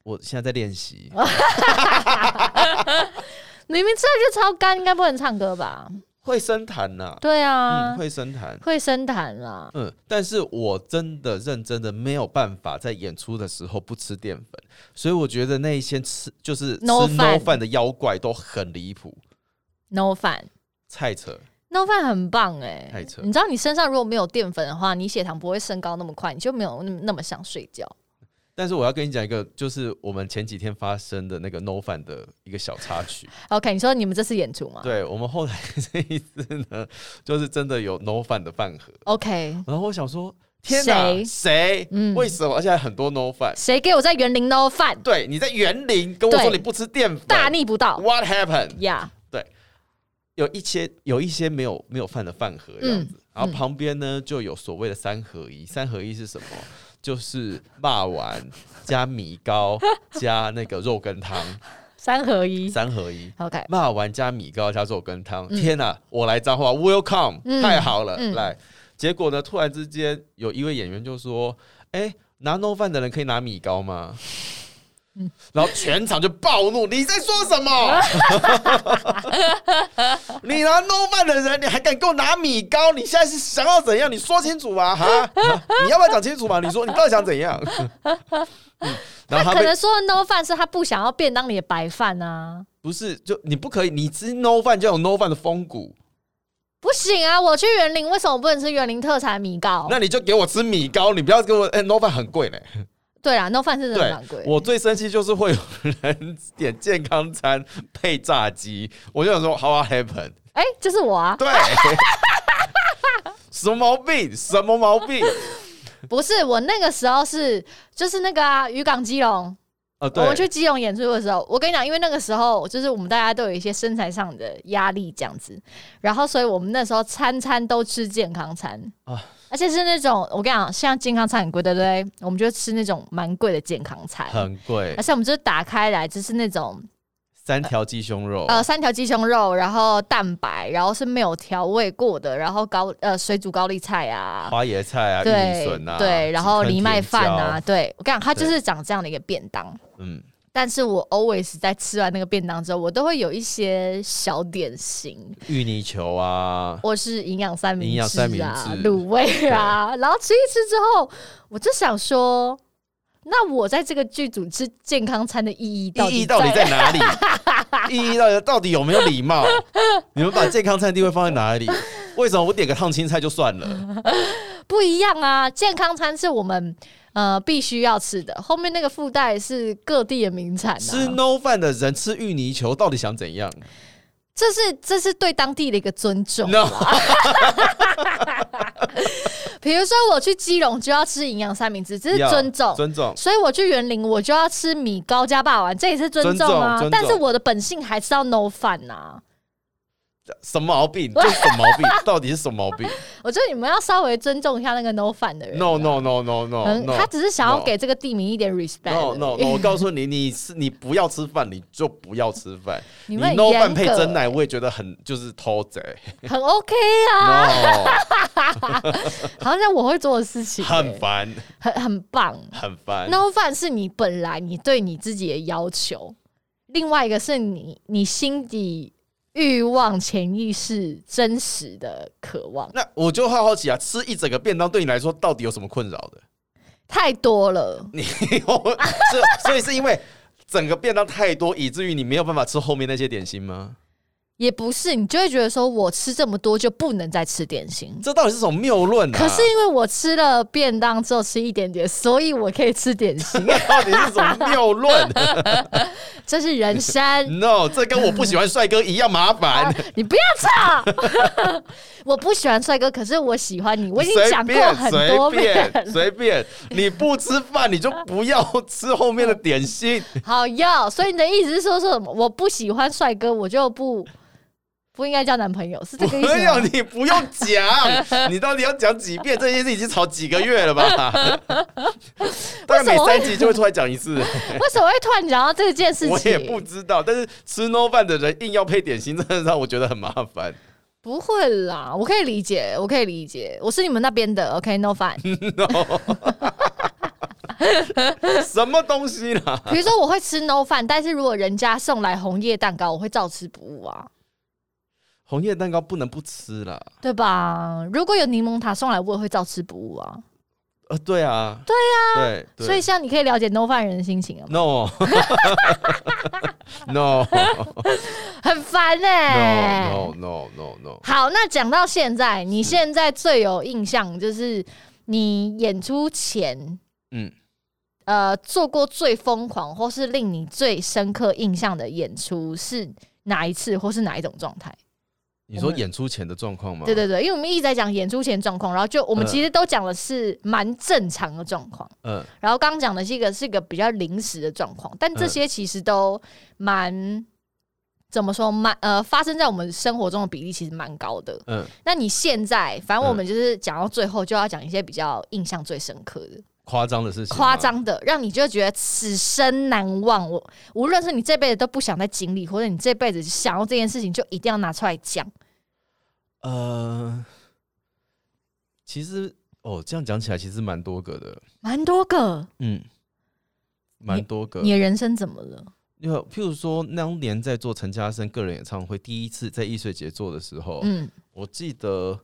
我现在在练习，
哦你明明吃下去超干，应该不能唱歌吧？
会生痰呐、
对啊，
嗯，会生痰。
会生痰啦。
嗯，但是我真的认真的没有办法在演出的时候不吃淀粉，所以我觉得那一些吃就是吃
No
no
饭
饭的妖怪都很离谱，
No 饭
菜扯。
，No 饭很棒哎、
太扯
你知道你身上如果没有淀粉的话，你血糖不会升高那么快，你就没有那么那么想睡觉。
但是我要跟你讲一个，就是我们前几天发生的那个 no 饭的一个小插 曲。
OK，你说你们这次演出吗？
对我们后来 这一次呢，就是真的有 no 饭的饭盒，
，OK，
然后我想说，天哪，
谁
谁？
嗯
为什么？而且还很多 no 饭。
谁给我在园林 No 饭？
对，你在园林跟我说
对
你不吃淀粉，
大逆不道
What happened？
呀
有一些有一些没有没有饭的饭盒这样子，然后旁边呢就有所谓的三合一。三合一是什么？就是霸丸加米糕加那个肉羹汤，
三合一。
三合一。
OK，
骂完加米糕加肉羹汤，天哪、我来脏话，Welcome，、
嗯
太好了，
嗯
来。结果呢，突然之间有一位演员就说：“哎、拿 no 饭的人可以拿米糕吗？”然后全场就暴怒：“你在说什么？ 你拿 no 饭的人，你还敢给我拿米糕？你现在是想要怎样？你说清楚啊！哈，哈你要不要讲清楚嘛？你说你到底想怎样？” 嗯然后他
他可
被
能说的 no 饭是他不想要便当里的白饭啊，
不是，就你不可以，你吃 no 饭就有 no 饭的风骨，
不行啊！我去园林，为什么我不能吃园林特产米糕？
那你就给我吃米糕，你不要给我哎、no 饭很贵呢。
对啦，no 啊饭是真的
对
蛮贵，。
我最生气就是会有人点健康餐配炸鸡，我就想说 how happen？
哎、就是我啊，
对， 什么毛病？什么毛病？
不是我那个时候是就是那个啊，渔港基隆，
啊，
我
对，
们去基隆演出的时候，我跟你讲，因为那个时候就是我们大家都有一些身材上的压力这样子，然后所以我们那时候餐餐都吃健康餐
啊
而且是那种我跟你讲，像健康餐很贵，对不对？我们就吃那种蛮贵的健康餐，
很贵
呃而，且我们就是打开来就是那种
三条鸡胸肉，
呃，三条鸡胸肉，然后蛋白，然后是没有调味过的，然后高呃水煮高丽菜啊，
花椰菜啊，玉米
对
笋啊，
对，然后藜麦饭啊，
啊，
对我跟你讲，它就
对
是长这样的一个便当。
嗯，
但是我 always 在吃完那个便当之后，我都会有一些小点心，
芋泥球啊，
或是营养三明
营养
治
三明
啊、
治
卤味啊， 然后吃一吃之后，我就想说，那我在这个剧组吃健康餐的意义到
意
底
义到底在哪 里？意义到底到底有没有礼貌？你们把健康餐的地位放在哪里？为什么我点个烫青菜就算
嗯
了？
不一样啊！健康餐是我们呃必须要吃的，后面那个附带是各地的名产、啊。
吃 no 饭的人吃芋泥球到底想怎样
这是这是对当地的一个尊重。
？No，
比如说我去基隆就要吃营养三明治，这是
要
尊重。
尊重，
所以我去园林，我就要吃米糕加霸王，这也是尊重
尊重
啊。
尊重
但是我的本性还是要 no 饭呐、
什么毛病？这是什么毛病？到底是什么毛病
我觉得你们要稍微尊重一下那个 no 饭的人啊。
？No No No No No
嗯，
No，
他只是想要
no
给这个地名一点 respect 而已。
No no no！我告诉你，你是你不要吃饭，你就不要吃饭。
你们很
no
严
饭配
格
真奶，我也觉得很就是偷 贼。
很 OK 啊，
No，
好像我会做的事情欸、
很烦，
很很棒。
很烦。
No 饭是你本来你对你自己的要求，另外一个是你你心底欲望、潜意识真实的渴望，
那我就好好奇啊，吃一整个便当对你来说到底有什么困扰的？
太多了。
你我是所以是因为整个便当太多，以至于你没有办法吃后面那些点心吗？
也不是，你就会觉得说我吃这么多就不能再吃点心。
这到底是什么谬论啊？
可是因为我吃了便当之后吃一点点，所以我可以吃点 心，
那到底是什么谬 论
这是 人生。
？No，这跟我不喜欢帅哥一样麻烦。
你不要吵！ 我不喜欢帅哥，可是我喜欢你。 我已经讲过很多遍
随便随便，你不吃饭你就不要吃后面的点心，
好要，所以你的意思是说说什么？我不喜欢帅哥，我就不不应该交男朋友，是这个意
不
思
要
吗？
你不用讲，你到底要讲几遍？这件事已经吵几个月了 吧？大概每三集就会突然讲一次，
为什么会突然讲到这件事情？
我也不知道。但是吃 no 饭的人硬要配点心，真的让我觉得很麻烦。
不会啦，我可以理解，我可以理解，我是你们那边的，OK，no、fun。
什么东西啦？
比如说我会吃 no 饭，但是如果人家送来红叶蛋糕，我会照吃不误啊，
红叶蛋糕不能不吃啦。
对吧？如果有柠檬塔送来，我也会照吃不误啊。
呃，对啊，对啊，对，
所以像你可以了解 no 饭人的心情啊，
no no
很烦哎、
no no no no no，
好，那讲到现在，你现在最有印象就是你演出前，
嗯，
呃，做过最疯狂或是令你最深刻印象的演出是哪一次，或是哪一种状态？
你说演出前的状况吗？
对对对，因为我们一直在讲演出前状况，然后就我们
嗯
其实都讲的是蛮正常的状况，
嗯，
然后刚刚讲的是一个是一个比较临时的状况，但这
嗯
些其实都蛮。怎么说蛮呃，发生在我们生活中的比例其实蛮高的，
嗯，
那你现在，反正我们就是讲到最后，就要讲一些比较印象最深刻的、
夸张的事情吗，
夸张的，让你就觉得此生难忘。我无论是你这辈子都不想再经历，或者你这辈子想要这件事情，就一定要拿出来讲。
呃，其实哦，这样讲起来其实蛮多个的，
蛮多个，
嗯，蛮多个
你。的人生怎么了？
因为譬如说，当年在做陈嘉生个人演唱会，第一次在易碎节做的时候，
嗯
我记得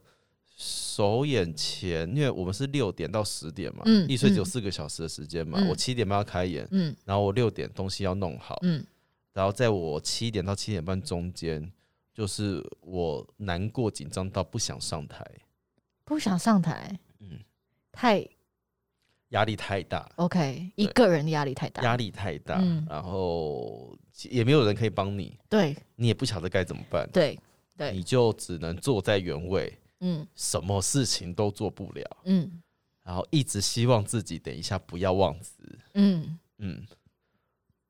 首演前，因为我们是六点到十点嘛，
嗯
易碎只有
嗯
四个小时的时间嘛，
嗯
我七点半要开演，
嗯
然后我六点东西要弄好，
嗯，
然后在我七点到七点半中间，就是我难过紧张到不想上台，
不想上台，
嗯
太
压力太大，
OK，一个人的压力太大，
压力太大，
嗯
然后其也没有人可以帮你，
对
你也不晓得该怎么办，
对对
你就只能坐在原位，
嗯
什么事情都做不了，
嗯
然后一直希望自己等一下不要忘词，
嗯，
嗯，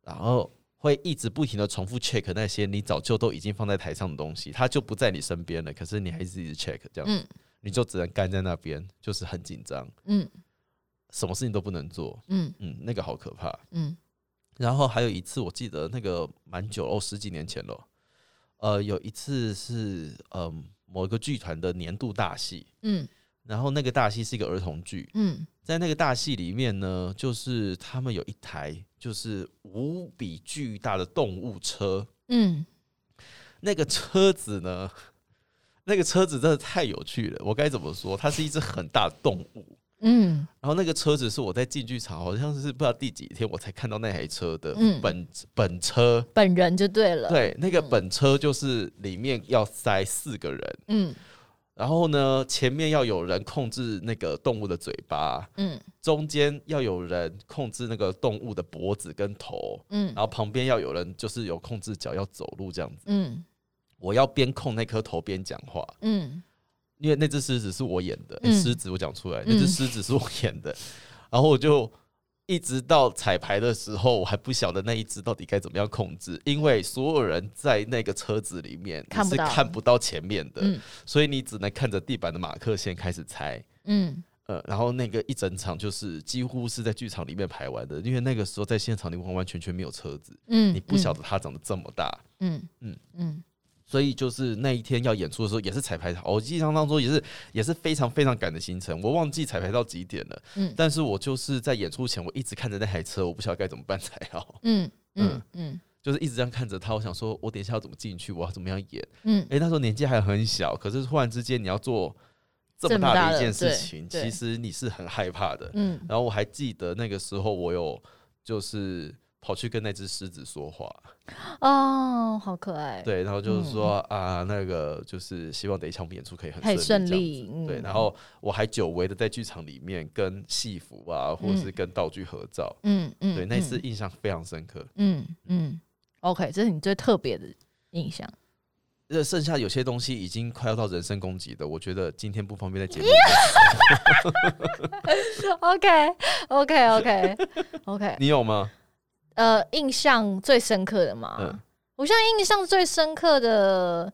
然后会一直不停的重复 check 那些你早就都已经放在台上的东西，它就不在你身边了，可是你还是一直 check 这样子，
嗯
你就只能干在那边，就是很紧张，
嗯
什么事情都不能做，
嗯
嗯，那个好可怕。
嗯
然后还有一次，我记得那个蛮久了哦，十几年前了。呃，有一次是呃某一个剧团的年度大戏，
嗯
然后那个大戏是一个儿童剧，
嗯，
在那个大戏里面呢，就是他们有一台就是无比巨大的动物车，
嗯，
那个车子呢， 那个车子真的太有趣了，我该怎么说？它是一只很大的动物，
嗯，
然后那个车子是我在进剧场，好像是不知道第几天我才看到那台车的
嗯
本、本车。
本人就对了，，
对，那个
嗯
本车就是里面要塞四个人，
嗯
然后呢，前面要有人控制那个动物的嘴巴，
嗯
中间要有人控制那个动物的脖子跟头，
嗯
然后旁边要有人就是有控制脚要走路这样子。
嗯
我要边控那颗头边讲话，
嗯
因为那只狮子是我演的，诶
嗯
狮、子我讲出来，
嗯
那只狮子是我演的，然后我就一直到彩排的时候，我还不晓得那一只到底该怎么样控制，因为所有人在那个车子里面
看
你
不
是
到
看不到前面的，
嗯
所以你只能看着地板的马克线开始猜。
嗯，
呃，然后那个一整场就是几乎是在剧场里面排完的，因为那个时候在现场你完完全全没有车子，
嗯，
你不晓得它长得这么大，
嗯，嗯
嗯
嗯
所以就是那一天要演出的时候也是彩排，我印象当中也是也是非常非常赶的行程，我忘记彩排到几点了，
嗯
但是我就是在演出前我一直看着那台车，我不晓得该怎么办才好，
嗯嗯嗯
就是一直这样看着它，我想说我等一下要怎么进去，我要怎么样演，
嗯
诶，那时候年纪还很小，可是突然之间你要做这
这
么
么大
大的
了
一件事
对
情，
对
其实你是很害怕的，
嗯
然后我还记得那个时候，我有就是跑去跟那只狮子说话，
哦，好可爱，
对，然后
嗯
就是说、啊，那个就是希望等一场演出可以很
很
顺
顺
这样
利
子
嗯
对，然后我还久违的在剧场里面跟戏服啊，或者是跟道具合照，
嗯嗯，
对，那次印象非常深刻。
嗯，嗯嗯，OK，这是你最特别的印象。
那剩下有些东西已经快要到人身攻击的，我觉得今天不方便在 节目。
OK OK OK OK，
你有吗？
呃，印象最深刻的嘛，
嗯
我现在印象最深刻的，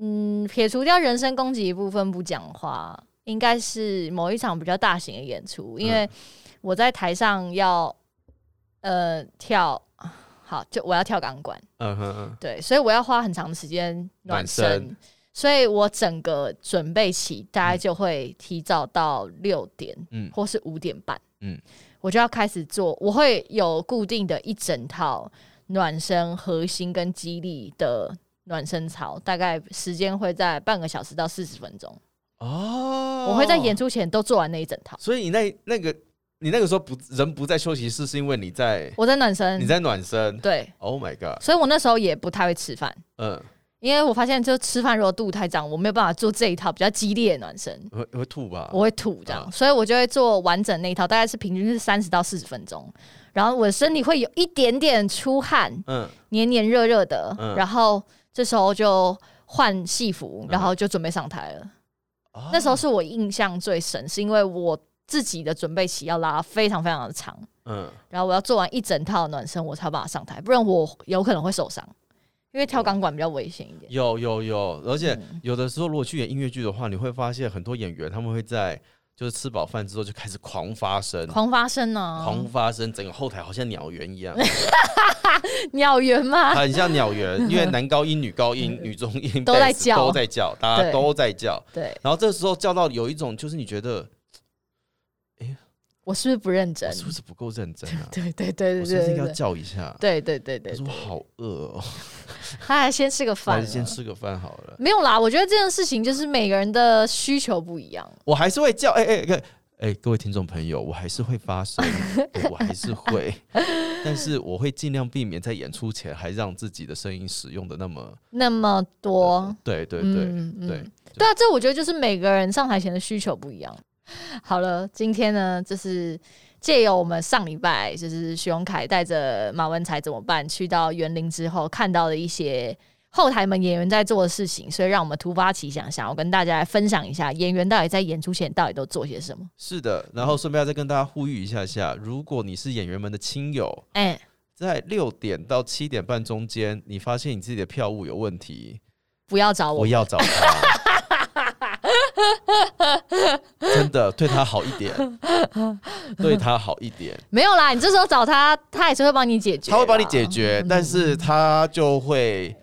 嗯，撇除掉人身攻击一部分不讲话，应该是某一场比较大型的演出，
嗯
因为我在台上要呃跳，好，就我要跳钢管，
嗯哼嗯，
对，所以我要花很长的时间暖
暖
身，
身
所以我整个准备期大概就会提早到六点，
嗯
或是五点半，
嗯
我就要开始做，我会有固定的一整套暖身、核心跟肌力的暖身操，大概时间会在半个小时到四十分钟，
哦，
我会在演。出前都做完那一整套，
所以你那那个你那个时候不人不在休息室，是因为你在
我在暖身，
你在暖身。
对，
Oh my god！
所以我那时候也不太会吃饭。
嗯，
因为我发现，就吃饭如果肚子太胀，我没有办法做这一套比较激烈的暖身。
会会吐吧？
我会吐这样，
啊
所以我就会做完整那一套，大概是平均是三十到四十分钟。然后我的身体会有一点点出汗，
嗯
黏黏热热的，
嗯
然后这时候就换戏服，
嗯
然后就准备上台了。
啊
那时候是我印象最深，是因为我自己的准备期要拉非常非常的长，
嗯
然后我要做完一整套暖身，我才有办法上台，不然我有可能会受伤，因为跳钢管比较危险一点。
有有有，而且
嗯
有的时候如果去演音乐剧的话，你会发现很多演员他们会在就是吃饱饭之后就开始狂发声，
狂发声啊呢、
嗯狂发声，整个后台好像鸟园一样，
鸟园吗？
很像鸟园，因为男高音、女高音、女中音
嗯都在
bass
叫
都在叫，大家
对
都在叫，
对
然后这时候叫到有一种就是你觉得
我是不是不认真？
我？是不是不够认真啊
对对对对
我是不
对
是应
对
该要啊
对
叫一下？
对对对
我
对，
说我好饿哦，
他还先吃个
还
饭
是先
了，
吃个饭好了。
没有啦。我觉得这件事情就是每个人的需求不一样，啊
我还是会叫，哎哎哎哎，各位听众朋友，我还是会发 声，对我还是会，但是我会尽量避免在演出前还让自己的声音使用的那么，
那么多，
对对对、
嗯嗯
对，
对啊，这我觉得就是每个人上台前的需求不一样。好了，今天呢，就是借由我们上礼拜就是徐荣凯带着马文才怎么办去到园林之后看到的一些后台们演员在做的事情，所以让我们突发奇想，想要跟大家来分享一下演员到底在演出前到底都做些什么。
是的。然后顺便再跟大家呼吁一下下，如果你是演员们的亲友，
哎、
在六点到七点半中间，你发现你自己的票务有问题，
不要找我
不，要找他。 真的对他好一点，对他好一点，
没有啦，你这时候找他，他也是会帮你解决，
他会帮你解。决，但是他就会。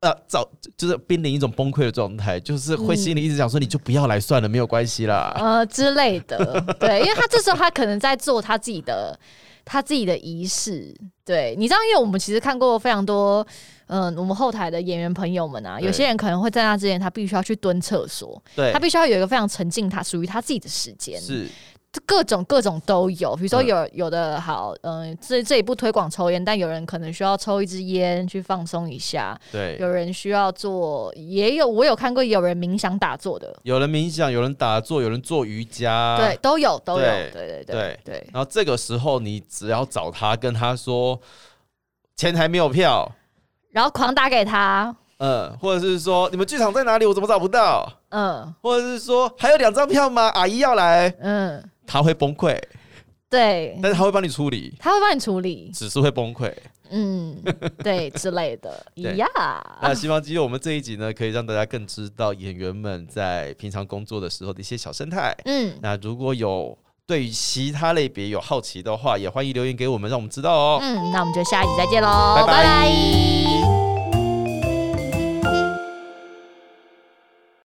呃，早就是濒临一种崩溃的状态，就是会心里一直讲说，你就不要来算了，没有关系啦。
呃之类的，对，因为他这时候他可能在做他自己的他自己的仪式，对你知道，因为我们其实看过非常多，嗯、我们后台的演员朋友们啊，
对
有些人可能会在那之前，他必须要去蹲厕所，
对
他，必须要有一个非常沉浸他属于他自己的时间，
是
各种各种都有，比如说
嗯
有、有的好，嗯、这这一不推广抽烟，但有人可能需要抽一支烟去放松一下，
对。
有人需要做，也有我有看过有人冥想打坐的，
有人冥想，有人打坐，有人做瑜伽，
对，都有都有，
啊对
对对
对
对对。
然后这个时候，你只要找他，跟他说钱还没有票，
然后狂打给他，
嗯，或者是说你们剧场在哪里，我怎么找不到，
嗯
或者是说还有两张票吗？阿姨要来，
嗯，
他会崩溃，
对，
但是他会帮你处理，
他会帮你处理，
只是会崩溃。
嗯， 对之类的，
对
呀，
那希望基于我们这一集呢，可以让大家更知道演员们在平常工作的时候的一些小生态。
嗯，
那如果有对于其他类别有好奇的话，也欢迎留言给我们，让我们知道哦。
嗯，那我们就下一集再见喽，
拜拜
拜拜